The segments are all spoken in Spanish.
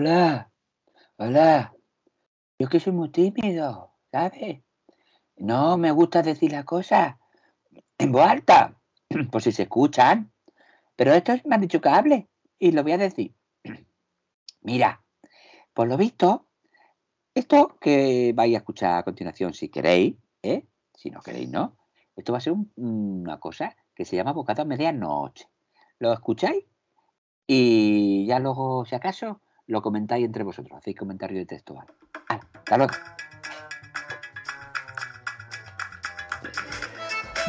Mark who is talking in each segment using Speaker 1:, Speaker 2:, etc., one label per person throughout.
Speaker 1: Hola, hola. Yo es que soy muy tímido, ¿sabes? No me gusta decir las cosas en voz alta, por si se escuchan. Pero estos me han dicho que hable y lo voy a decir. Mira, por Pues lo visto, esto que vais a escuchar a continuación, si queréis, ¿eh? si no queréis, no. Esto va a ser un- una cosa que se llama bocata a medianoche. ¿Lo escucháis? Y ya luego, si acaso, lo comentáis entre vosotros. Hacéis comentario de texto. ¿vale? Hala, Hasta luego.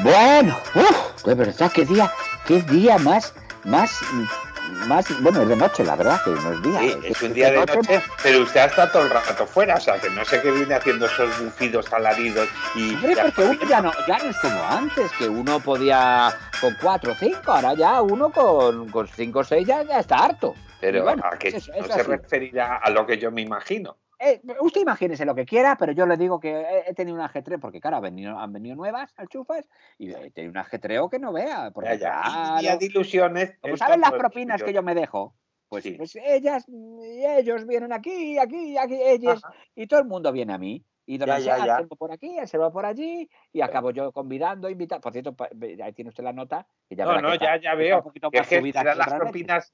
Speaker 1: Bueno, uf, de verdad, qué día, qué día más, más, más, bueno, es de noche, la verdad, que no es día.
Speaker 2: Sí, es un día de noche, pero usted ha estado todo el rato fuera, o sea, que no sé qué viene haciendo esos bufidos, alaridos y...
Speaker 1: Hombre, porque uno ya no, ya no es como antes, que uno podía con cuatro o cinco, ahora ya uno con, con cinco o seis ya, ya está harto.
Speaker 2: Pero
Speaker 1: bueno,
Speaker 2: a que
Speaker 1: eso- eso
Speaker 2: no
Speaker 1: es
Speaker 2: se
Speaker 1: así.
Speaker 2: referirá a lo que yo me imagino.
Speaker 1: Eh, usted imagínese lo que quiera, pero yo le digo que he, he tenido un ajetreo, porque claro, han venido, han venido nuevas alchufas y he tenido un ajetreo que no vea. Porque,
Speaker 2: Ya, ya.
Speaker 1: claro,
Speaker 2: Y día de ilusiones...
Speaker 1: como
Speaker 2: es
Speaker 1: saben las
Speaker 2: todo
Speaker 1: propinas que yo me dejo, pues,
Speaker 2: Sí.
Speaker 1: pues ellas y ellos vienen aquí, aquí, aquí, ellos,
Speaker 2: Ajá.
Speaker 1: y todo el mundo viene a mí. Y don
Speaker 2: Ya,
Speaker 1: Ansel
Speaker 2: ya, Eh. ya.
Speaker 1: se va por aquí, él se va por allí, y acabo yo convidando, invitando. Por cierto, pa- ve- ahí tiene usted la nota. Que ya
Speaker 2: No,
Speaker 1: verá
Speaker 2: no,
Speaker 1: que está-
Speaker 2: ya, ya
Speaker 1: está un
Speaker 2: veo.
Speaker 1: poquito
Speaker 2: que
Speaker 1: más
Speaker 2: Es que el
Speaker 1: subida
Speaker 2: que
Speaker 1: que
Speaker 2: da las
Speaker 1: otras veces.
Speaker 2: propinas,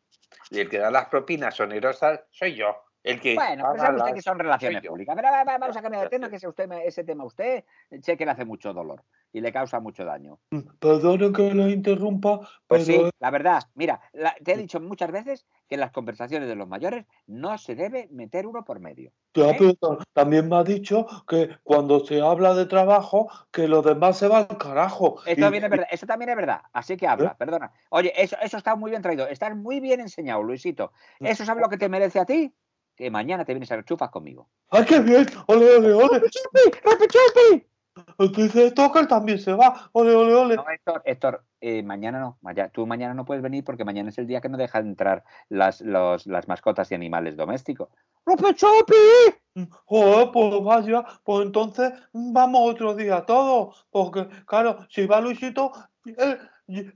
Speaker 2: y el que da las propinas onerosas soy yo. El que
Speaker 1: Bueno, pero
Speaker 2: paga
Speaker 1: sabe usted
Speaker 2: las-
Speaker 1: que son relaciones
Speaker 2: soy yo.
Speaker 1: públicas. Pero va- va- vamos a
Speaker 2: Ya,
Speaker 1: cambiar de
Speaker 2: ya
Speaker 1: tema,
Speaker 2: sé.
Speaker 1: que ese, usted, ese tema a usted, sé que le hace mucho dolor y le causa mucho daño.
Speaker 3: Perdone que lo interrumpa,
Speaker 1: Pues
Speaker 3: pero
Speaker 1: sí, la verdad, mira, la- te he dicho muchas veces que en las conversaciones de los mayores no se debe meter uno por medio.
Speaker 3: ya,
Speaker 1: ¿eh?
Speaker 3: pero ta- también me ha dicho que cuando se habla de trabajo, que lo demás se va al carajo.
Speaker 1: Esto
Speaker 3: Y-
Speaker 1: también es verdad, eso también es verdad. Así que habla, perdona. Oye, eso, eso está muy bien traído. Estás muy bien enseñado, Luisito. ¿Eso sabes lo que te merece a ti? Que mañana te vienes a las chufas conmigo.
Speaker 3: ¡Ay, qué bien! ¡Ole, ole, ole!
Speaker 1: ¡Repechupi! ¡Repechupi!
Speaker 3: Dice esto que él también se va. ¡Ole, ole, ole!
Speaker 1: No, Héctor, Héctor eh, mañana no. maya- tú mañana no puedes venir porque mañana es el día que no dejan entrar las, los- las mascotas y animales domésticos. ¡Repechupi!
Speaker 3: Joder, pues vaya, pues entonces vamos otro día todos. Porque, claro, si va Luisito, él,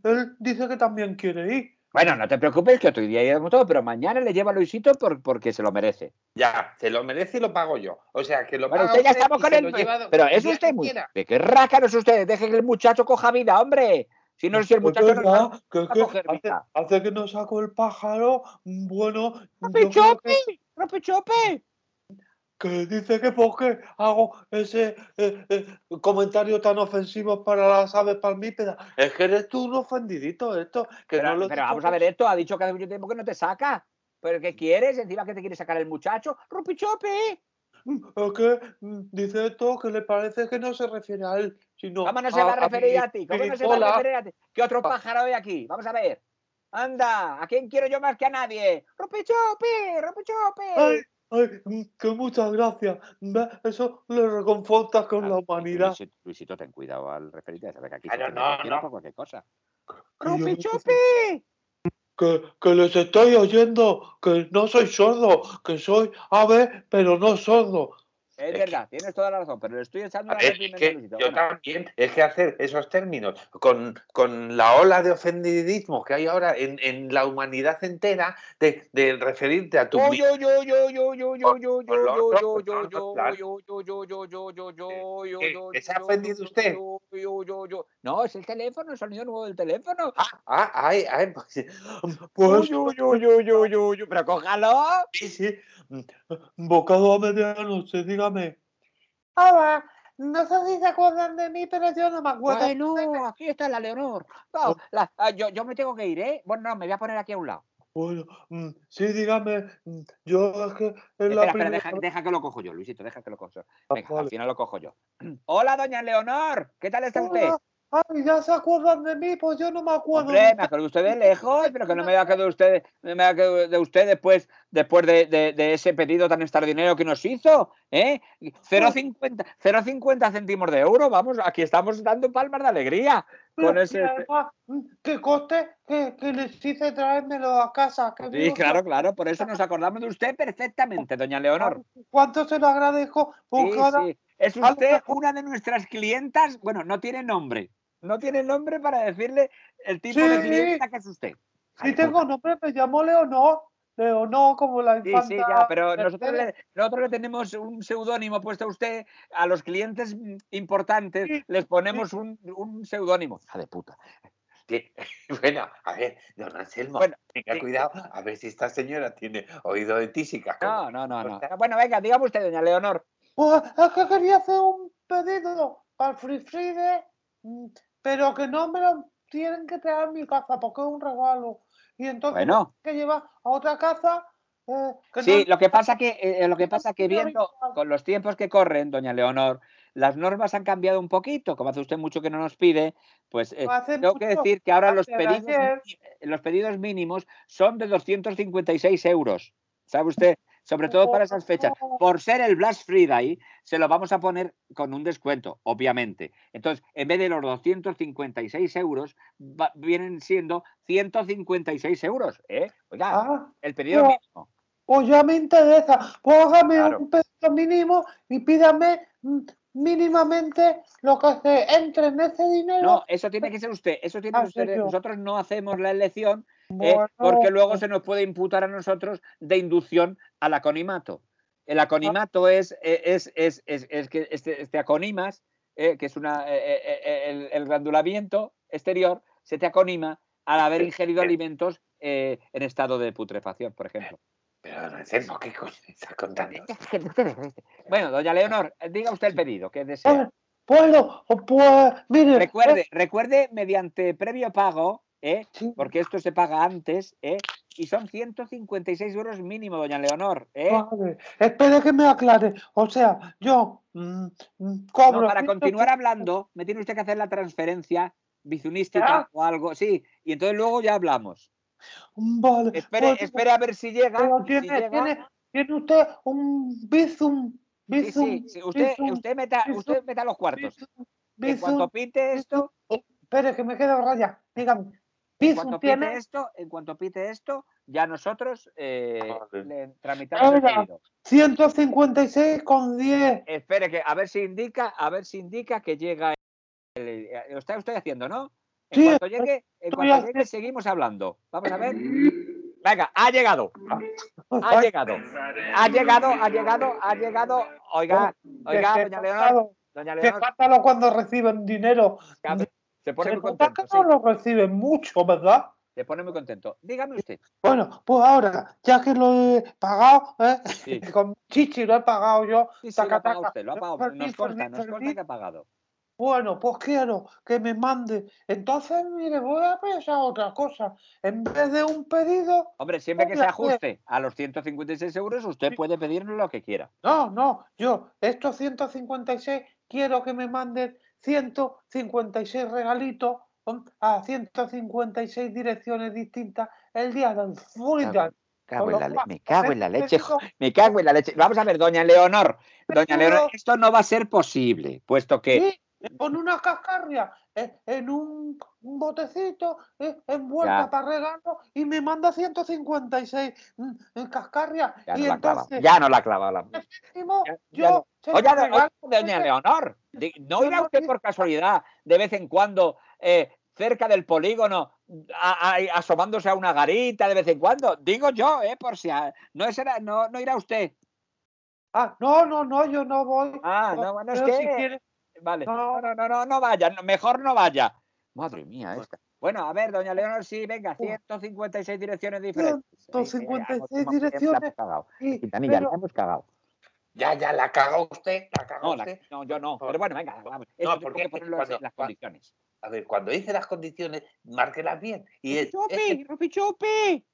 Speaker 3: él dice que también quiere ir.
Speaker 1: Bueno, no te preocupes que otro día iremos todo, pero mañana le lleva a Luisito por- porque se lo merece.
Speaker 2: Ya, se lo merece y lo pago yo. O sea, que lo
Speaker 1: Bueno,
Speaker 2: paga
Speaker 1: usted ya
Speaker 2: usted
Speaker 1: estamos
Speaker 2: y
Speaker 1: con
Speaker 2: se
Speaker 1: el.
Speaker 2: lo lleva
Speaker 1: Pero
Speaker 2: el
Speaker 1: es
Speaker 2: día
Speaker 1: usted
Speaker 2: que
Speaker 1: muy.
Speaker 2: quiera.
Speaker 1: ¿De qué rácanos usted? Deje que el muchacho coja vida, hombre. Si no, si el
Speaker 3: Es
Speaker 1: muchacho no.
Speaker 3: verdad, que,
Speaker 1: a
Speaker 3: que
Speaker 1: coger
Speaker 3: hace,
Speaker 1: vida.
Speaker 3: hace que no saco el pájaro. Bueno, yo
Speaker 1: ¡Rope
Speaker 3: creo que-
Speaker 1: chope! ¡Rope chope!
Speaker 3: que dice que porque hago ese eh, eh, comentario tan ofensivo para las aves palmípedas. Es que eres tú un ofendidito esto. Que
Speaker 1: Pero,
Speaker 3: no lo pues.
Speaker 1: pero
Speaker 3: digo
Speaker 1: vamos a ver esto. Ha dicho que hace mucho tiempo que no te saca. ¿Pero qué quieres? Encima que te quiere sacar el muchacho. ¡Rope chope!
Speaker 3: por- Es que mm, dice esto que le parece que no se refiere a él, sino
Speaker 1: ¿Cómo no se
Speaker 3: Ah,
Speaker 1: va a referir a ti? ¿Cómo no se va
Speaker 3: Piripola.
Speaker 1: a referir a ti? ¿Qué otro
Speaker 3: Pa-
Speaker 1: pájaro hay aquí? Vamos a ver. Anda, ¿a quién quiero yo más que a nadie? ¡Rope chope! ¡Rope
Speaker 3: Ay,
Speaker 1: chope!
Speaker 3: ay, mm, que muchas gracias. Ve, Eso le reconforta con
Speaker 1: Ah,
Speaker 3: la humanidad.
Speaker 1: Luisito, Luisito, ten cuidado al referirte. a saber que aquí
Speaker 2: Claro,
Speaker 1: se te
Speaker 2: no,
Speaker 1: refiere
Speaker 2: no.
Speaker 1: por cualquier cosa.
Speaker 3: Que yo-
Speaker 1: ¡Rope chope!
Speaker 3: Que, que les estoy oyendo, que no soy sordo, que soy ave, pero no sordo.
Speaker 1: Es,
Speaker 2: Es que-
Speaker 1: verdad, tienes toda la razón, pero le estoy echando
Speaker 2: A
Speaker 1: una
Speaker 2: ver,
Speaker 1: reprimenda
Speaker 2: que
Speaker 1: a Luisito.
Speaker 2: yo
Speaker 1: Bueno,
Speaker 2: también, es que hacer esos términos con, con la ola de ofendidismo que hay ahora en, en la humanidad entera, de, de referirte a tu...
Speaker 1: Yo, yo, yo, yo, yo, yo, yo, yo, yo,
Speaker 2: con
Speaker 1: yo,
Speaker 2: lo
Speaker 1: yo,
Speaker 2: otro,
Speaker 1: yo,
Speaker 2: con lo
Speaker 1: yo,
Speaker 2: otro,
Speaker 1: yo, yo, yo, yo, yo, yo, yo, yo,
Speaker 2: ¿qué?
Speaker 1: yo,
Speaker 2: ¿Que se
Speaker 1: yo,
Speaker 2: ha ofendido
Speaker 1: yo,
Speaker 2: usted?
Speaker 1: yo, yo, yo, yo. No, es el teléfono, el sonido nuevo del teléfono.
Speaker 2: Ah, ay, ay, pues,
Speaker 3: Pues
Speaker 1: Yo, yo, yo, yo, yo, yo, pero cójalo.
Speaker 3: Sí, sí. Mm, Bocado a medianoche, dígame.
Speaker 4: Hola, no sé si se acuerdan de mí, pero yo no me
Speaker 3: Pues,
Speaker 4: acuerdo.
Speaker 1: Bueno, aquí está la Leonor. No, la- ah, yo, yo me tengo que ir, ¿eh? Bueno, no, me voy a poner aquí a un lado.
Speaker 3: Bueno, mm, sí, dígame. Mm, Yo es que es
Speaker 1: Espera,
Speaker 3: la
Speaker 1: espera,
Speaker 3: primera
Speaker 1: deja, deja que lo cojo yo, Luisito, deja que lo cojo yo.
Speaker 3: Ah,
Speaker 1: Venga, al
Speaker 3: vale.
Speaker 1: final lo cojo yo. Hola, doña Leonor, ¿qué tal está usted?
Speaker 3: Ay, ya se acuerdan de mí, pues yo no me acuerdo.
Speaker 1: Hombre, me acuerdo de ustedes lejos, pero que no me haya quedado usted, no me haya quedado de usted después, después de, de- de ese pedido tan extraordinario que nos hizo, ¿eh?
Speaker 3: Pues
Speaker 1: 0,50 0,50 céntimos de euro, vamos, aquí estamos dando palmas de alegría
Speaker 3: Pero-
Speaker 1: con ese...
Speaker 3: y además, mm, que coste que, que les hice traérmelo a casa. Que
Speaker 1: Sí,
Speaker 3: veo
Speaker 1: claro, claro, por eso nos acordamos de usted perfectamente, doña Leonor.
Speaker 3: ¿Cuánto se lo agradezco? Pues,
Speaker 1: Sí,
Speaker 3: Porque ahora
Speaker 1: sí. Es
Speaker 3: ahora-
Speaker 1: usted una de nuestras clientas, bueno, no tiene nombre, no tiene nombre para decirle el tipo de
Speaker 3: Sí.
Speaker 1: clienta que es usted.
Speaker 3: sí tengo nombre, me llamo Leonor. Leo, no como la
Speaker 1: Sí,
Speaker 3: infanta.
Speaker 1: sí, ya, pero
Speaker 3: Mercedes.
Speaker 1: nosotros le, nosotros le tenemos un seudónimo puesto a usted, a los clientes mm, importantes
Speaker 3: Sí,
Speaker 1: les ponemos un, un seudónimo. Hija de puta.
Speaker 2: Que- Bueno, a ver, don Anselmo,
Speaker 1: Bueno,
Speaker 2: tenga
Speaker 1: sí.
Speaker 2: cuidado, a ver si esta señora tiene oído de tísica. como-
Speaker 1: No, no, no, no.
Speaker 2: Corta.
Speaker 1: Bueno, venga, dígame usted, doña Leonor.
Speaker 3: Pues es que quería hacer un pedido para el Free Friday, mm, pero que no me lo tienen que traer a mi casa porque es un regalo. Y entonces
Speaker 1: Bueno,
Speaker 3: que llevar a otra casa. eh, que
Speaker 1: sí,
Speaker 3: no-
Speaker 1: lo que pasa que, eh, lo que pasa que
Speaker 3: no,
Speaker 1: viendo
Speaker 3: no.
Speaker 1: con los tiempos que corren, doña Leonor, las normas han cambiado un poquito, como hace usted mucho que no nos pide, pues eh,
Speaker 3: hace
Speaker 1: tengo que
Speaker 3: mucho,
Speaker 1: decir que ahora los
Speaker 3: hace
Speaker 1: pedidos,
Speaker 3: ayer.
Speaker 1: mi- los pedidos mínimos son de 256 euros, ¿sabe usted? Sobre todo para esas fechas.
Speaker 3: oh,
Speaker 1: Por ser el Black Friday, se lo vamos a poner con un descuento, obviamente. Entonces, en vez de los 256 euros, va- vienen siendo 156 euros. ¿eh? Oiga,
Speaker 3: Ah,
Speaker 1: el pedido
Speaker 3: no.
Speaker 1: mínimo.
Speaker 3: pues ya me interesa. Póngame
Speaker 1: Claro.
Speaker 3: un pedido mínimo y pídame mm, mínimamente lo que se entre en ese dinero.
Speaker 1: No, eso tiene que ser usted. Eso tiene
Speaker 3: Ah,
Speaker 1: que ser usted.
Speaker 3: soy yo.
Speaker 1: Nosotros no hacemos la elección ¿eh?
Speaker 3: Bueno,
Speaker 1: porque luego se nos puede imputar a nosotros de inducción al aconimato. El aconimato es, eh, es, es, es- es que este, este aconimas, eh, que es una, eh, eh, eh, el, el glandulamiento exterior, se te aconima al haber ingerido alimentos eh, en estado de putrefacción, por ejemplo.
Speaker 2: Pero don Anselmo, ¿qué coño estás contando?
Speaker 1: Bueno, doña Leonor, eh, diga usted el pedido que desea.
Speaker 3: Pues, pues, lo- pues, mire,
Speaker 1: Recuerde, recuerde mediante previo pago, ¿eh?
Speaker 3: Sí.
Speaker 1: porque esto se paga antes, ¿eh? y son 156 euros mínimo, doña Leonor. ¿eh?
Speaker 3: Vale, espere que me aclare. O sea, yo mm, mm, cobro.
Speaker 1: No, para
Speaker 3: 100,
Speaker 1: continuar hablando, me tiene usted que hacer la transferencia bizunística
Speaker 3: ¿Ya?
Speaker 1: o algo, sí, y entonces luego ya hablamos.
Speaker 3: Vale.
Speaker 1: Espere,
Speaker 3: pues,
Speaker 1: espere a ver si llega.
Speaker 3: pero
Speaker 1: y si
Speaker 3: tiene,
Speaker 1: llega-
Speaker 3: tiene- tiene usted un bizum.
Speaker 1: sí,
Speaker 3: Bizum.
Speaker 1: sí, sí, Usted,
Speaker 3: bizum,
Speaker 1: usted, meta,
Speaker 3: bizum,
Speaker 1: usted meta los cuartos.
Speaker 3: bizum,
Speaker 1: En cuanto
Speaker 3: bizum.
Speaker 1: pinte esto,
Speaker 3: Espere, que me quedo raya. Dígame.
Speaker 1: en
Speaker 3: Bizum
Speaker 1: cuanto
Speaker 3: tiene.
Speaker 1: pite esto, en cuanto pite esto, ya nosotros eh,
Speaker 2: Joder.
Speaker 1: le tramitamos el
Speaker 3: Ahora.
Speaker 1: pedido.
Speaker 3: 156 con 10.
Speaker 1: Espere que a ver si indica, a ver si indica que llega. el- el- lo está usted haciendo, ¿no? En
Speaker 3: Sí,
Speaker 1: cuanto llegue, en
Speaker 3: estoy
Speaker 1: cuanto
Speaker 3: haciendo.
Speaker 1: llegue seguimos hablando. Vamos a ver. Venga, ha llegado, ha llegado, ha llegado, ha llegado, ha llegado. Oiga, oiga, doña Leonor, doña
Speaker 3: Qué
Speaker 1: Leonor,
Speaker 3: fatal cuando reciben dinero.
Speaker 1: cabe- se pone
Speaker 3: Se
Speaker 1: muy
Speaker 3: nota
Speaker 1: contento,
Speaker 3: que
Speaker 1: sí,
Speaker 3: no lo reciben mucho, ¿verdad?
Speaker 1: se pone muy contento. Dígame usted.
Speaker 3: Bueno, pues ahora, ya que lo he pagado, ¿eh?
Speaker 1: Sí,
Speaker 3: con chichi lo he pagado yo,
Speaker 1: sí, sí, lo ha
Speaker 3: taca,
Speaker 1: pagado
Speaker 3: taca.
Speaker 1: usted, lo ha pagado.
Speaker 3: Fermín,
Speaker 1: Nos consta,
Speaker 3: Fermín,
Speaker 1: nos consta
Speaker 3: Fermín.
Speaker 1: que ha pagado.
Speaker 3: bueno, pues quiero que me mande. Entonces, mire, voy a pensar otra cosa. En vez de un pedido,
Speaker 1: Hombre, siempre que se
Speaker 3: Hola,
Speaker 1: ajuste a los 156 euros, usted puede pedirnos lo que quiera.
Speaker 3: no, no, yo, estos 156, quiero que me manden 156 regalitos ¿eh? a 156 direcciones distintas el día del Fulton.
Speaker 1: Cago
Speaker 3: Con
Speaker 1: en
Speaker 3: lo
Speaker 1: la le-
Speaker 3: cual,
Speaker 1: me cago en la leche,
Speaker 3: Necesito
Speaker 1: Me cago en la leche. Vamos a ver, doña Leonor. Doña
Speaker 3: Pero-
Speaker 1: Leonor, esto no va a ser posible, puesto que.
Speaker 3: Sí, con una cascarria eh, en un, un botecito eh, envuelta
Speaker 1: Ya.
Speaker 3: para regalo y me manda 156 mm, en cascarria
Speaker 1: Ya
Speaker 3: y
Speaker 1: no la clava.
Speaker 3: entonces
Speaker 1: Ya no la clava. la-
Speaker 3: último,
Speaker 1: ya-
Speaker 3: yo
Speaker 1: ya no.
Speaker 3: se lo
Speaker 1: Oye, do-
Speaker 3: regalo,
Speaker 1: oye, doña
Speaker 3: porque-
Speaker 1: Leonor, di- ¿no
Speaker 3: Yo
Speaker 1: irá
Speaker 3: no
Speaker 1: usted
Speaker 3: vi-
Speaker 1: por casualidad de vez en cuando eh, cerca del polígono a- a- asomándose a una garita de vez en cuando? Digo yo, ¿eh? Por si. a- no, será, no, no irá usted.
Speaker 3: Ah, no, no, no, yo no voy.
Speaker 1: Ah, no, bueno, es
Speaker 3: pero
Speaker 1: que.
Speaker 3: si quiere-
Speaker 1: Vale. No,
Speaker 3: No.
Speaker 1: no, no, no, no vaya, no, mejor no vaya. Madre mía, esta. Bueno, a ver, doña Leonor, sí, venga, 156 direcciones diferentes. Sí, venga,
Speaker 3: 156
Speaker 1: hemos- hemos-
Speaker 3: direcciones.
Speaker 1: la hemos cagado.
Speaker 3: sí,
Speaker 1: Gitanilla,
Speaker 3: pero-
Speaker 1: la hemos cagado.
Speaker 2: Ya, ya, la cagó usted, la cagó
Speaker 1: No, la-
Speaker 2: usted.
Speaker 1: no, yo no.
Speaker 2: Por-
Speaker 1: Pero bueno, venga, vamos. Eso tengo
Speaker 2: porque
Speaker 1: que ponerlo en-
Speaker 2: cuando-
Speaker 1: en las
Speaker 2: cua-
Speaker 1: condiciones.
Speaker 2: A ver, cuando dice las condiciones, márquelas bien. Y
Speaker 1: Pues
Speaker 2: es,
Speaker 1: ¡Rupi, Rupi Chupi!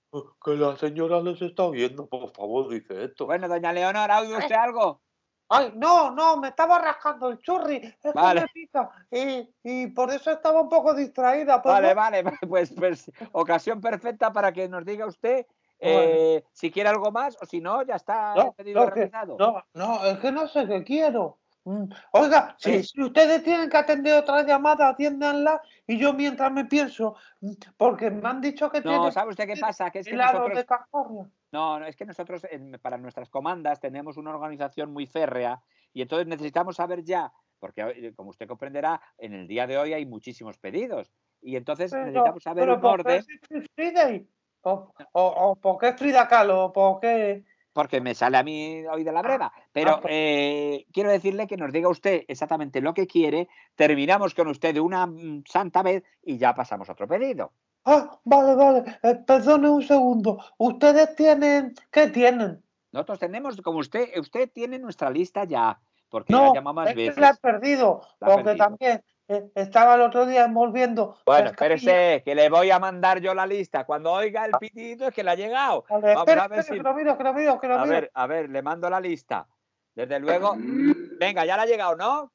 Speaker 5: Que la señora les está oyendo, por favor, dice esto.
Speaker 1: Bueno, doña Leonor, ¿ha oído usted algo?
Speaker 3: Ay, no, no, me estaba rascando el churri. Es
Speaker 1: Vale.
Speaker 3: que me pica. Y, y por eso estaba un poco distraída. pues
Speaker 1: Vale,
Speaker 3: no-
Speaker 1: vale, pues, pues ocasión perfecta para que nos diga usted eh, si quiere algo más o si no, ya está
Speaker 3: No,
Speaker 1: el pedido
Speaker 3: no, que-
Speaker 1: realizado.
Speaker 3: No, no, es que no sé qué quiero. Mm, Oiga, si, si ustedes tienen que atender otra llamada, atiéndanla y yo mientras me pienso, mm, porque me han dicho que
Speaker 1: No,
Speaker 3: tienen
Speaker 1: ¿sabe usted qué pasa? Que es que
Speaker 3: helados
Speaker 1: nosotros
Speaker 3: de cascarria.
Speaker 1: No, no, es que nosotros en- para nuestras comandas tenemos una organización muy férrea y entonces necesitamos saber ya, porque eh, como usted comprenderá, en el día de hoy hay muchísimos pedidos y entonces
Speaker 3: Pero,
Speaker 1: necesitamos saber
Speaker 3: pero
Speaker 1: un
Speaker 3: ¿por qué
Speaker 1: orden.
Speaker 3: es el Free Friday? O, o, o ¿por qué Frida Kahlo? ¿Por qué?
Speaker 1: porque me sale a mí hoy de
Speaker 3: Ah,
Speaker 1: la breva. Pero
Speaker 3: pues
Speaker 1: eh, quiero decirle que nos diga usted exactamente lo que quiere. Terminamos con usted de una mm, santa vez y ya pasamos a otro pedido.
Speaker 3: Ah, vale, vale. Eh, perdone un segundo. ¿Ustedes tienen. ¿Qué tienen?
Speaker 1: Nosotros tenemos, como usted, usted tiene nuestra lista ya, porque
Speaker 3: no,
Speaker 1: la llama más
Speaker 3: es
Speaker 1: veces.
Speaker 3: que la he perdido.
Speaker 1: La ha
Speaker 3: porque
Speaker 1: perdido.
Speaker 3: también eh, estaba el otro día envolviendo.
Speaker 1: Bueno,
Speaker 3: pescadillo.
Speaker 1: espérese, que le voy a mandar yo la lista. Cuando oiga el pitido es que le ha llegado.
Speaker 3: Vale,
Speaker 1: Vamos
Speaker 3: espera,
Speaker 1: a ver
Speaker 3: espera,
Speaker 1: si-
Speaker 3: que lo miro, que lo miro, que lo
Speaker 1: A
Speaker 3: miro.
Speaker 1: ver, a ver, le mando la lista. Desde luego. Venga, ya la ha llegado, ¿no?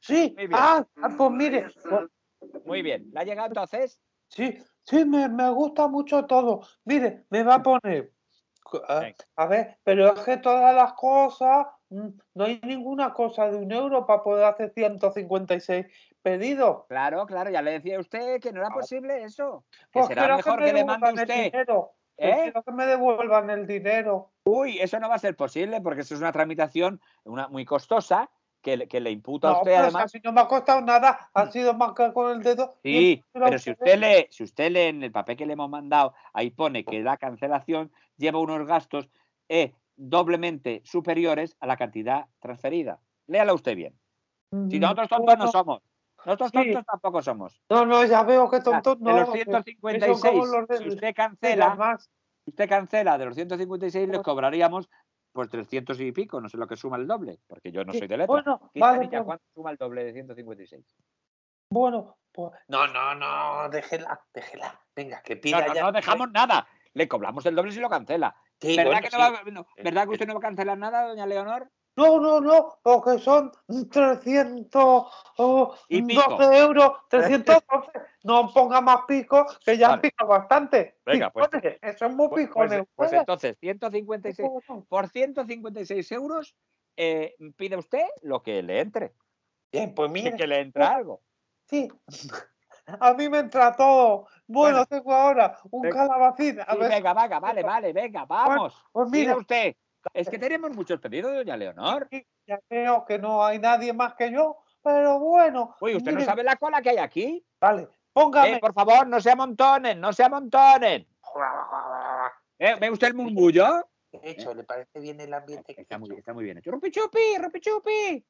Speaker 3: sí,
Speaker 1: muy bien.
Speaker 3: ah, ah, pues mire, pues,
Speaker 1: Muy bien. ¿La ha llegado entonces?
Speaker 3: sí, sí, me, me gusta mucho todo. Mire, me va a poner. A,
Speaker 1: Venga.
Speaker 3: a ver, pero es que todas las cosas, mm, no hay ninguna cosa de un euro para poder hacer 156 pedidos.
Speaker 1: Claro, claro, ya le decía a usted que no era posible eso. Que
Speaker 3: Pues
Speaker 1: será
Speaker 3: quiero
Speaker 1: mejor
Speaker 3: me
Speaker 1: que le mande
Speaker 3: devuelvan el
Speaker 1: usted.
Speaker 3: dinero. Que
Speaker 1: ¿Eh?
Speaker 3: Quiero que me devuelvan el dinero.
Speaker 1: Uy, eso no va a ser posible porque eso es una tramitación una, muy costosa que, le- que le imputa a
Speaker 3: No,
Speaker 1: usted
Speaker 3: pero
Speaker 1: además. Mm.
Speaker 3: si no me ha costado nada, ha sido marcar con el dedo.
Speaker 1: Sí,
Speaker 3: Y-
Speaker 1: pero si usted lee, si usted lee en el papel que le hemos mandado, ahí pone que la cancelación lleva unos gastos eh, doblemente superiores a la cantidad transferida. Léala usted bien. Si nosotros tontos no
Speaker 3: Mm, Bueno,
Speaker 1: somos. Nosotros
Speaker 3: Sí.
Speaker 1: tontos tampoco somos.
Speaker 3: No, no, ya veo que
Speaker 1: O sea,
Speaker 3: tontos
Speaker 1: de
Speaker 3: no.
Speaker 1: los
Speaker 3: que-
Speaker 1: 156,
Speaker 3: que son como los de-
Speaker 1: si usted
Speaker 3: que
Speaker 1: cancela,
Speaker 3: además-
Speaker 1: Si usted cancela de los 156, les cobraríamos pues 300 y pico, no sé lo que suma el doble, porque yo no soy de letra.
Speaker 3: Bueno, vale,
Speaker 1: Quintanilla,
Speaker 3: pues,
Speaker 1: ¿cuánto suma el doble de 156?
Speaker 3: bueno, pues,
Speaker 2: No, no, no, déjela, déjela. Venga, que
Speaker 1: No,
Speaker 2: pida
Speaker 1: no,
Speaker 2: ya.
Speaker 1: no
Speaker 3: eh.
Speaker 1: dejamos nada. Le cobramos el doble si lo cancela.
Speaker 2: Sí,
Speaker 1: ¿Verdad,
Speaker 2: bueno,
Speaker 1: que no
Speaker 2: sí.
Speaker 1: va- no, ¿verdad que usted no va a cancelar nada, doña Leonor?
Speaker 3: No, no, no, porque son 300 oh,
Speaker 1: Y pico.
Speaker 3: 12 euros, 312. No ponga más pico, que ya
Speaker 1: Vale.
Speaker 3: han picado bastante.
Speaker 1: Venga, pues-
Speaker 3: Picones, eso es muy
Speaker 1: Pues,
Speaker 3: picón.
Speaker 1: pues- pues entonces, 156, por 156 euros eh, pide usted lo que le entre.
Speaker 2: Bien, pues
Speaker 1: Y
Speaker 2: mire.
Speaker 1: que le entra algo.
Speaker 3: Sí. A mí me entra todo. Bueno,
Speaker 1: Bueno.
Speaker 3: tengo ahora un
Speaker 1: Venga.
Speaker 3: calabacín. A
Speaker 1: Sí,
Speaker 3: ver,
Speaker 1: venga, venga, vale, vale, venga, vamos.
Speaker 3: pues
Speaker 1: Mira
Speaker 3: mira,
Speaker 1: usted. Es que tenemos muchos pedidos, doña Leonor.
Speaker 3: sí, ya veo que no hay nadie más que yo, pero bueno.
Speaker 1: Uy, ¿usted no
Speaker 3: mire,
Speaker 1: sabe la cola que hay aquí?
Speaker 3: Vale, póngame.
Speaker 1: Eh, por favor, no se amontonen, no se amontonen. Eh, ¿Ve usted el mungullo?
Speaker 5: ¿Eh?
Speaker 2: De hecho, ¿le parece bien el ambiente que
Speaker 1: Está muy, está muy bien hecho. ¡Rupi chupi, rupi chupi!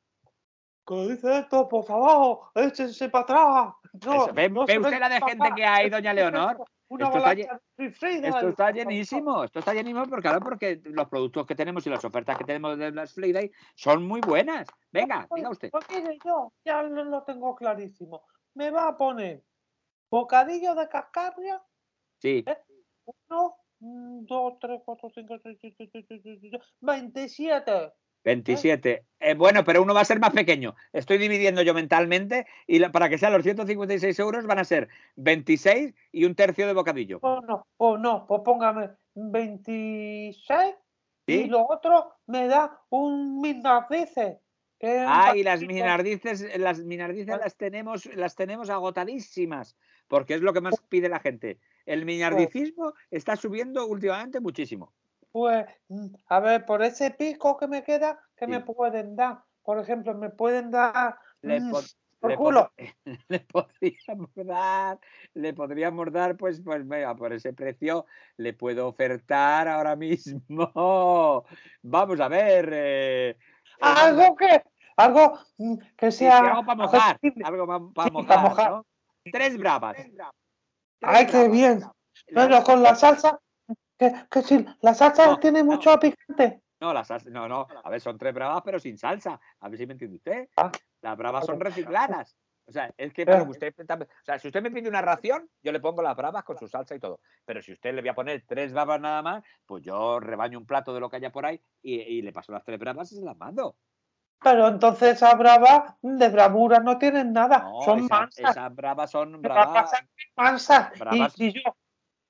Speaker 3: ¿Qué dice esto? Por favor, échense para atrás. No,
Speaker 1: Eso, ¿Ve,
Speaker 3: no
Speaker 1: ve
Speaker 3: se
Speaker 1: usted
Speaker 3: ven
Speaker 1: la de
Speaker 3: para
Speaker 1: gente
Speaker 3: atrás.
Speaker 1: que hay, doña Leonor?
Speaker 3: Una
Speaker 1: Esto está
Speaker 3: avalancha de Frida.
Speaker 1: Esto está llenísimo, esto está llenísimo porque, claro, porque los productos que tenemos y las ofertas que tenemos de las Friday son muy buenas. Venga, diga usted.
Speaker 3: Pues mire, yo ya lo lo tengo clarísimo. Me va a poner bocadillo de cascarria.
Speaker 1: Sí,
Speaker 3: Uno, mm, dos, tres, cuatro, cinco, seis, siete, ocho, ocho, ocho, ocho, ocho, 27.
Speaker 1: 27. Eh, bueno, pero uno va a ser más pequeño. Estoy dividiendo yo mentalmente y la- para que sean los 156 euros van a ser 26 y un tercio de bocadillo.
Speaker 3: Pues no, pues no, pues póngame 26 y
Speaker 1: ¿Sí?
Speaker 3: lo otro me da un mil narices. que es un
Speaker 1: Ah, y las
Speaker 3: paquetito.
Speaker 1: minardices, las minardices
Speaker 3: Vale.
Speaker 1: las tenemos, las tenemos agotadísimas, porque es lo que más pide la gente. El minardicismo está subiendo últimamente muchísimo.
Speaker 3: Pues, mm, a ver, por ese pico que me queda, ¿qué
Speaker 1: Sí.
Speaker 3: me pueden dar? Por ejemplo, me pueden dar.
Speaker 1: Le,
Speaker 3: mm,
Speaker 1: po-
Speaker 3: por
Speaker 1: le
Speaker 3: culo.
Speaker 1: pod- le podríamos dar, le podríamos dar, pues, pues, venga, por ese precio le puedo ofertar ahora mismo. Vamos a ver. eh, eh,
Speaker 3: algo que. Algo mm, que
Speaker 1: sí, sí,
Speaker 3: sea.
Speaker 1: algo para mojar,
Speaker 3: accesible.
Speaker 1: algo pa- para
Speaker 3: Sí, pa'
Speaker 1: mojar,
Speaker 3: mojar.
Speaker 1: ¿no? Tres bravas. Tres
Speaker 3: Ay, qué
Speaker 1: bravas.
Speaker 3: bien.
Speaker 1: La-
Speaker 3: Pero con la salsa. Que, que si la salsa
Speaker 1: No,
Speaker 3: tiene
Speaker 1: no.
Speaker 3: mucho picante.
Speaker 1: No, las salsa- no, no. A ver, son tres bravas, pero sin salsa. A ver si me entiende usted.
Speaker 3: Ah.
Speaker 1: Las bravas son
Speaker 3: Vale.
Speaker 1: recicladas. O sea, es que
Speaker 3: Eh.
Speaker 1: para que usted también- O sea, si usted me pide una ración, yo le pongo las bravas con su salsa y todo. Pero si usted le voy a poner tres bravas nada más, pues yo rebaño un plato de lo que haya por ahí y, y le paso las tres bravas y se las mando.
Speaker 3: Pero entonces esa brava de bravura no tienen nada.
Speaker 1: No,
Speaker 3: Ah, son
Speaker 1: esa-
Speaker 3: mansas.
Speaker 1: esas bravas son
Speaker 3: Pero las
Speaker 1: bravas.
Speaker 3: salsas mansas.
Speaker 1: bravas-
Speaker 3: Y, y yo.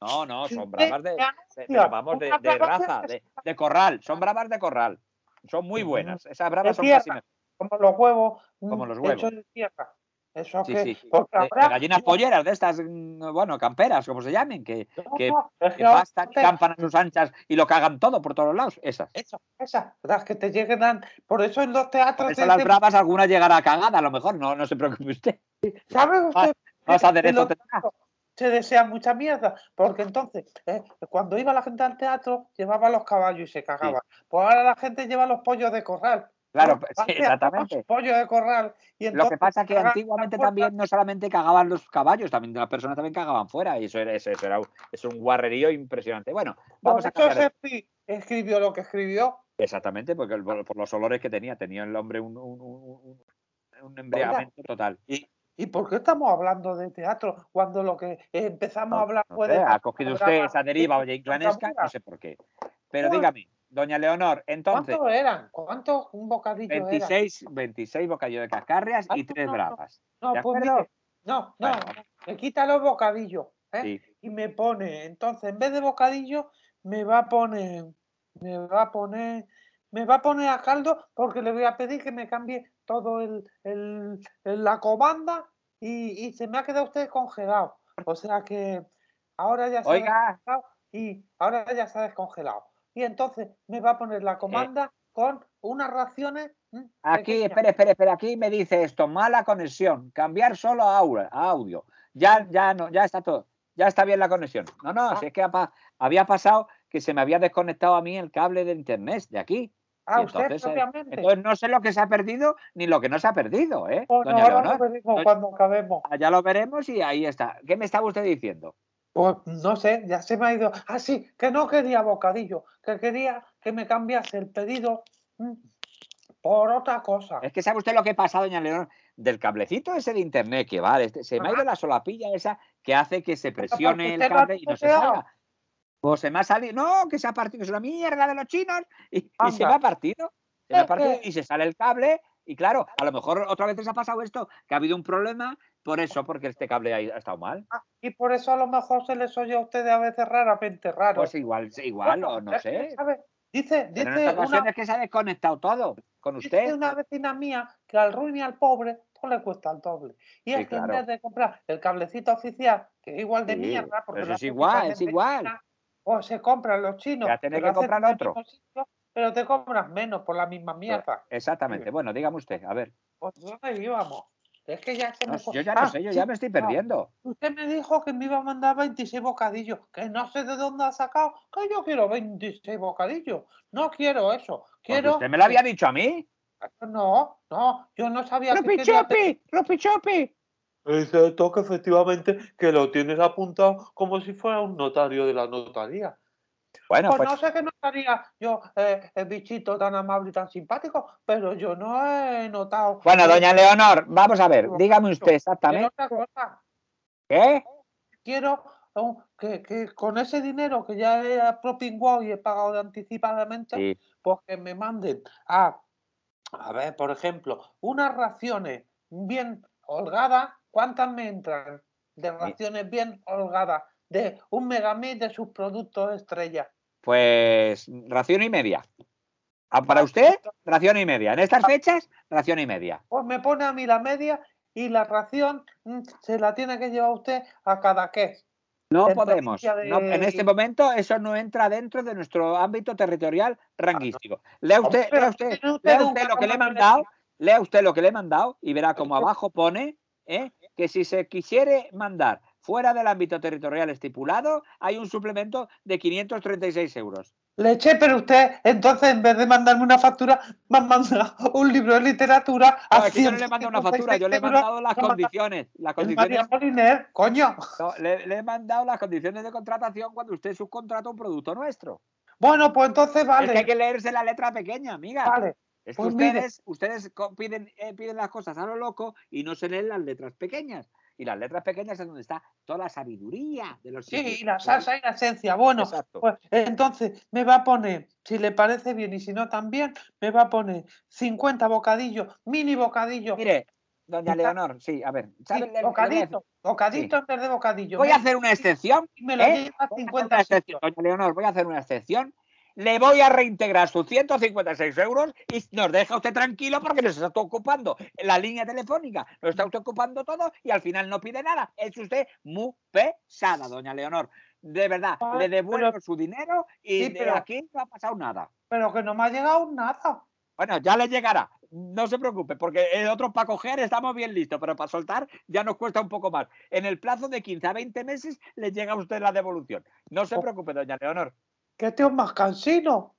Speaker 1: No, no, son
Speaker 3: Sí,
Speaker 1: bravas de,
Speaker 3: ya no,
Speaker 1: de-
Speaker 3: tía.
Speaker 1: pero vamos, de,
Speaker 3: Unas
Speaker 1: de
Speaker 3: bravas
Speaker 1: raza,
Speaker 3: que-
Speaker 1: de, de corral. Son bravas de corral. Son muy
Speaker 3: Ujú.
Speaker 1: buenas. Esas bravas son
Speaker 3: tierra.
Speaker 1: casi mejor.
Speaker 3: como los huevos.
Speaker 1: Como
Speaker 3: mm,
Speaker 1: los
Speaker 3: hechos
Speaker 1: huevos.
Speaker 3: de tierra. Eso
Speaker 1: Sí,
Speaker 3: que.
Speaker 1: sí. Eh,
Speaker 3: Porque
Speaker 1: de, de
Speaker 3: habrá.
Speaker 1: gallinas polleras, de estas, mm, bueno, camperas, como se llamen, que, que-
Speaker 3: No, es
Speaker 1: que
Speaker 3: que ahora
Speaker 1: pastan,
Speaker 3: te-
Speaker 1: campan a sus anchas y lo cagan todo por todos lados, esas.
Speaker 3: Eso, esas, las que te llegan. Por eso en los teatros.
Speaker 1: Por eso
Speaker 3: te
Speaker 1: las
Speaker 3: dicen,
Speaker 1: bravas alguna llegará cagada, a lo mejor, no, no se preocupe usted.
Speaker 3: ¿Sabe
Speaker 1: Ah,
Speaker 3: usted?
Speaker 1: Más
Speaker 3: que en
Speaker 1: aderezo
Speaker 3: los
Speaker 1: tendrá.
Speaker 3: se desea mucha mierda, porque entonces, eh, cuando iba la gente al teatro, llevaba los caballos y se cagaba. Pues ahora la gente lleva los pollos de corral.
Speaker 1: Claro, pues,
Speaker 3: Antes
Speaker 1: sí,
Speaker 3: hacían
Speaker 1: exactamente.
Speaker 3: los Pollos de corral. Y entonces
Speaker 1: Lo que pasa es que
Speaker 3: cagaban
Speaker 1: antiguamente
Speaker 3: la puerta.
Speaker 1: también no solamente cagaban los caballos, también las personas también cagaban fuera. Y eso era, eso, eso era un- es un guarrerío impresionante. Bueno, vamos
Speaker 3: Por
Speaker 1: a
Speaker 3: pues eso
Speaker 1: cambiar. de-
Speaker 3: Shakespeare escribió lo que escribió.
Speaker 1: Exactamente, porque el- por, por los olores que tenía, tenía el hombre un, un, un- un- un embriagamento total.
Speaker 3: ¿Y por qué estamos hablando de teatro cuando lo que empezamos a hablar
Speaker 1: No
Speaker 3: fue
Speaker 1: sé,
Speaker 3: de...
Speaker 1: ha cogido usted
Speaker 3: programas
Speaker 1: esa deriva
Speaker 3: de-
Speaker 1: inclanesca, no sé por qué. Pero dígame, doña Leonor, entonces,
Speaker 3: ¿Cuántos eran? ¿Cuántos un bocadillo era?
Speaker 1: 26, 26 bocadillos de cascarrias y
Speaker 3: Ay,
Speaker 1: tres
Speaker 3: no, no,
Speaker 1: bravas.
Speaker 3: No,
Speaker 1: ¿De
Speaker 3: pues
Speaker 1: acuerdo?
Speaker 3: mire, no, no,
Speaker 1: Bueno.
Speaker 3: me quita los bocadillos ¿eh?
Speaker 1: Sí.
Speaker 3: y me pone, entonces en vez de bocadillo me va a poner, me va a poner, me va a poner a caldo porque le voy a pedir que me cambie todo el, el- el- la comanda y, y se me ha quedado usted congelado. O sea que ahora ya se ha
Speaker 1: Oiga,
Speaker 3: descongelado y ahora ya se ha descongelado. Y entonces me va a poner
Speaker 1: Eh.
Speaker 3: la comanda con unas raciones. mm,
Speaker 1: Aquí,
Speaker 3: pequeñas.
Speaker 1: espera, espera, espera, aquí me dice esto, mala conexión, cambiar solo a aura- a audio. Ya, ya no, ya está todo, ya está bien la conexión. No, no,
Speaker 3: Ah.
Speaker 1: si es que ha pa- había pasado que se me había desconectado a mí el cable de internet de aquí.
Speaker 3: Ah,
Speaker 1: Y
Speaker 3: usted
Speaker 1: entonces, eh,
Speaker 3: propiamente.
Speaker 1: Entonces no sé lo que se ha perdido ni lo que no se ha perdido, ¿eh?
Speaker 3: Bueno,
Speaker 1: doña
Speaker 3: Pues ahora
Speaker 1: Leonor?
Speaker 3: lo veremos
Speaker 1: Doña-
Speaker 3: cuando acabemos.
Speaker 1: Ya lo veremos y ahí está. ¿Qué me estaba usted diciendo?
Speaker 3: Pues no sé, ya se me ha ido. Ah, sí, que no quería bocadillo, que quería que me cambiase el pedido mm, por otra cosa.
Speaker 1: Es que sabe usted lo que pasa, doña Leonor, del cablecito ese de internet que va, este- se me ha ido
Speaker 3: Ajá.
Speaker 1: la solapilla esa que hace que se presione el
Speaker 3: usted lo ha
Speaker 1: cable y no se
Speaker 3: tuiteado.
Speaker 1: salga. Pues se me ha salido, no, que se ha partido, es una mierda de los chinos, y, y se
Speaker 3: Anda.
Speaker 1: me ha partido, se me ha
Speaker 3: Es
Speaker 1: partido
Speaker 3: que-
Speaker 1: y se sale el cable, y claro, a lo mejor otra vez les ha pasado esto, que ha habido un problema, por eso, porque este cable ha, ha estado mal.
Speaker 3: Ah, y por eso a lo mejor se les oye a ustedes a veces raramente raro.
Speaker 1: Pues igual, igual, o no
Speaker 3: es que,
Speaker 1: sé.
Speaker 3: ¿sabe? Dice,
Speaker 1: Pero en
Speaker 3: dice,
Speaker 1: esta ocasión
Speaker 3: una,
Speaker 1: es que se ha desconectado todo con
Speaker 3: dice
Speaker 1: usted.
Speaker 3: una vecina mía que al ruin y al pobre no le cuesta el doble. Y
Speaker 1: Sí,
Speaker 3: es que
Speaker 1: claro.
Speaker 3: en vez de comprar el cablecito oficial, que es igual de
Speaker 1: Sí,
Speaker 3: mierda, porque
Speaker 1: pero
Speaker 3: lo
Speaker 1: es
Speaker 3: hacen
Speaker 1: igual,
Speaker 3: igual de
Speaker 1: es igual.
Speaker 3: mierda, O se compran los chinos.
Speaker 1: Te vas a tener
Speaker 3: lo
Speaker 1: que
Speaker 3: hacen
Speaker 1: comprar
Speaker 3: en el
Speaker 1: otro.
Speaker 3: mismo sitio, pero te compras menos por la misma mierda.
Speaker 1: Exactamente, bueno, dígame usted, a ver.
Speaker 3: Pues ¿dónde íbamos? Es que ya se
Speaker 1: No,
Speaker 3: me fue.
Speaker 1: yo ya no
Speaker 3: Ah,
Speaker 1: sé, yo
Speaker 3: sí,
Speaker 1: ya me estoy
Speaker 3: ah,
Speaker 1: perdiendo.
Speaker 3: Usted me dijo que me iba a mandar 26 bocadillos, que no sé de dónde ha sacado, que yo quiero 26 bocadillos. No quiero eso.
Speaker 1: Porque
Speaker 3: Quiero.
Speaker 1: usted me lo había dicho a mí.
Speaker 3: No, no, yo no sabía que quería
Speaker 1: ¡Rupichopi! ¡Rupichopi!
Speaker 5: Es cierto que efectivamente que lo tienes apuntado como si fuera un notario de la notaría.
Speaker 1: Bueno,
Speaker 3: Pues
Speaker 1: pues
Speaker 3: no sé que no estaría yo eh, el bichito tan amable y tan simpático, pero yo no he notado.
Speaker 1: Bueno,
Speaker 3: que-
Speaker 1: doña Leonor, vamos a ver, dígame usted
Speaker 3: Quiero
Speaker 1: exactamente ¿eh?
Speaker 3: otra cosa.
Speaker 1: qué.
Speaker 3: Quiero un- que, que con ese dinero que ya he propinguado y he pagado de anticipadamente,
Speaker 1: Sí,
Speaker 3: pues que me manden a, a ver, por ejemplo, unas raciones bien holgadas. ¿Cuántas me entran de raciones bien holgadas? De un megamix de sus productos estrella.
Speaker 1: pues ración y media. Ah, Para usted, ración y media. En
Speaker 3: Ah.
Speaker 1: estas fechas, ración y media.
Speaker 3: Pues me pone a mí la media y la ración mm, se la tiene que llevar usted a cada que.
Speaker 1: No
Speaker 3: En
Speaker 1: podemos.
Speaker 3: provincia de-
Speaker 1: no, en este momento, eso no entra dentro de nuestro ámbito territorial ranguístico. Lea usted, lea usted, lea usted lo que le he mandado. lea usted lo que le he mandado y verá como abajo pone ¿eh? que si se quisiere mandar fuera del ámbito territorial estipulado, hay un suplemento de 536 euros.
Speaker 3: Leche, pero usted, entonces, en vez de mandarme una factura, me han mandado un libro de literatura.
Speaker 1: No,
Speaker 3: a
Speaker 1: es que yo no le he mandado una factura, yo le he
Speaker 3: 156
Speaker 1: mandado las
Speaker 3: me ha mandado-
Speaker 1: condiciones. Las
Speaker 3: euros. Es
Speaker 1: condiciones
Speaker 3: María Moliner, coño.
Speaker 1: no, le, le he mandado las condiciones de contratación cuando usted subcontrata un producto nuestro.
Speaker 3: Bueno, pues entonces
Speaker 1: Es que hay
Speaker 3: vale.
Speaker 1: que leerse la letra pequeña, amiga.
Speaker 3: Vale.
Speaker 1: Es que
Speaker 3: Pues mire.
Speaker 1: ustedes, ustedes co- piden, eh, piden las cosas a lo loco y no se leen las letras pequeñas. Y las letras pequeñas es donde está toda la sabiduría de los
Speaker 3: Sí,
Speaker 1: sitios.
Speaker 3: y la salsa y la esencia. Bueno,
Speaker 1: Exacto.
Speaker 3: pues entonces me va a poner, si le parece bien y si no también, me va a poner 50 bocadillos, mini bocadillos.
Speaker 1: Mire, doña
Speaker 3: Está-
Speaker 1: Leonor, sí, a ver,
Speaker 3: Sí,
Speaker 1: ¿sabe le- le voy a decir?
Speaker 3: bocadito, bocadito en vez de bocadillo.
Speaker 1: Voy
Speaker 3: Me-
Speaker 1: a hacer una excepción.
Speaker 3: y me lo
Speaker 1: ¿eh?
Speaker 3: lleva
Speaker 1: voy a
Speaker 3: a
Speaker 1: hacer
Speaker 3: 50
Speaker 1: una
Speaker 3: sitios.
Speaker 1: excepción, Doña Leonor, voy a hacer una excepción. Le voy a reintegrar sus 156 euros y nos deja usted tranquilo porque nos está ocupando la línea telefónica, nos está usted ocupando todo y al final no pide nada. Es usted muy pesada, doña Leonor. De verdad,
Speaker 3: Ah,
Speaker 1: le devuelvo
Speaker 3: pero-
Speaker 1: su dinero y
Speaker 3: Sí,
Speaker 1: de
Speaker 3: pero-
Speaker 1: aquí no ha pasado nada.
Speaker 3: Pero que no me ha llegado nada.
Speaker 1: Bueno, ya le llegará. no se preocupe, porque el otro para coger estamos bien listos, pero para soltar ya nos cuesta un poco más. En el plazo de 15 a 20 meses le llega
Speaker 3: Oh. este
Speaker 1: a usted la devolución. No se preocupe, doña Leonor.
Speaker 3: ¡Qué tío más cansino!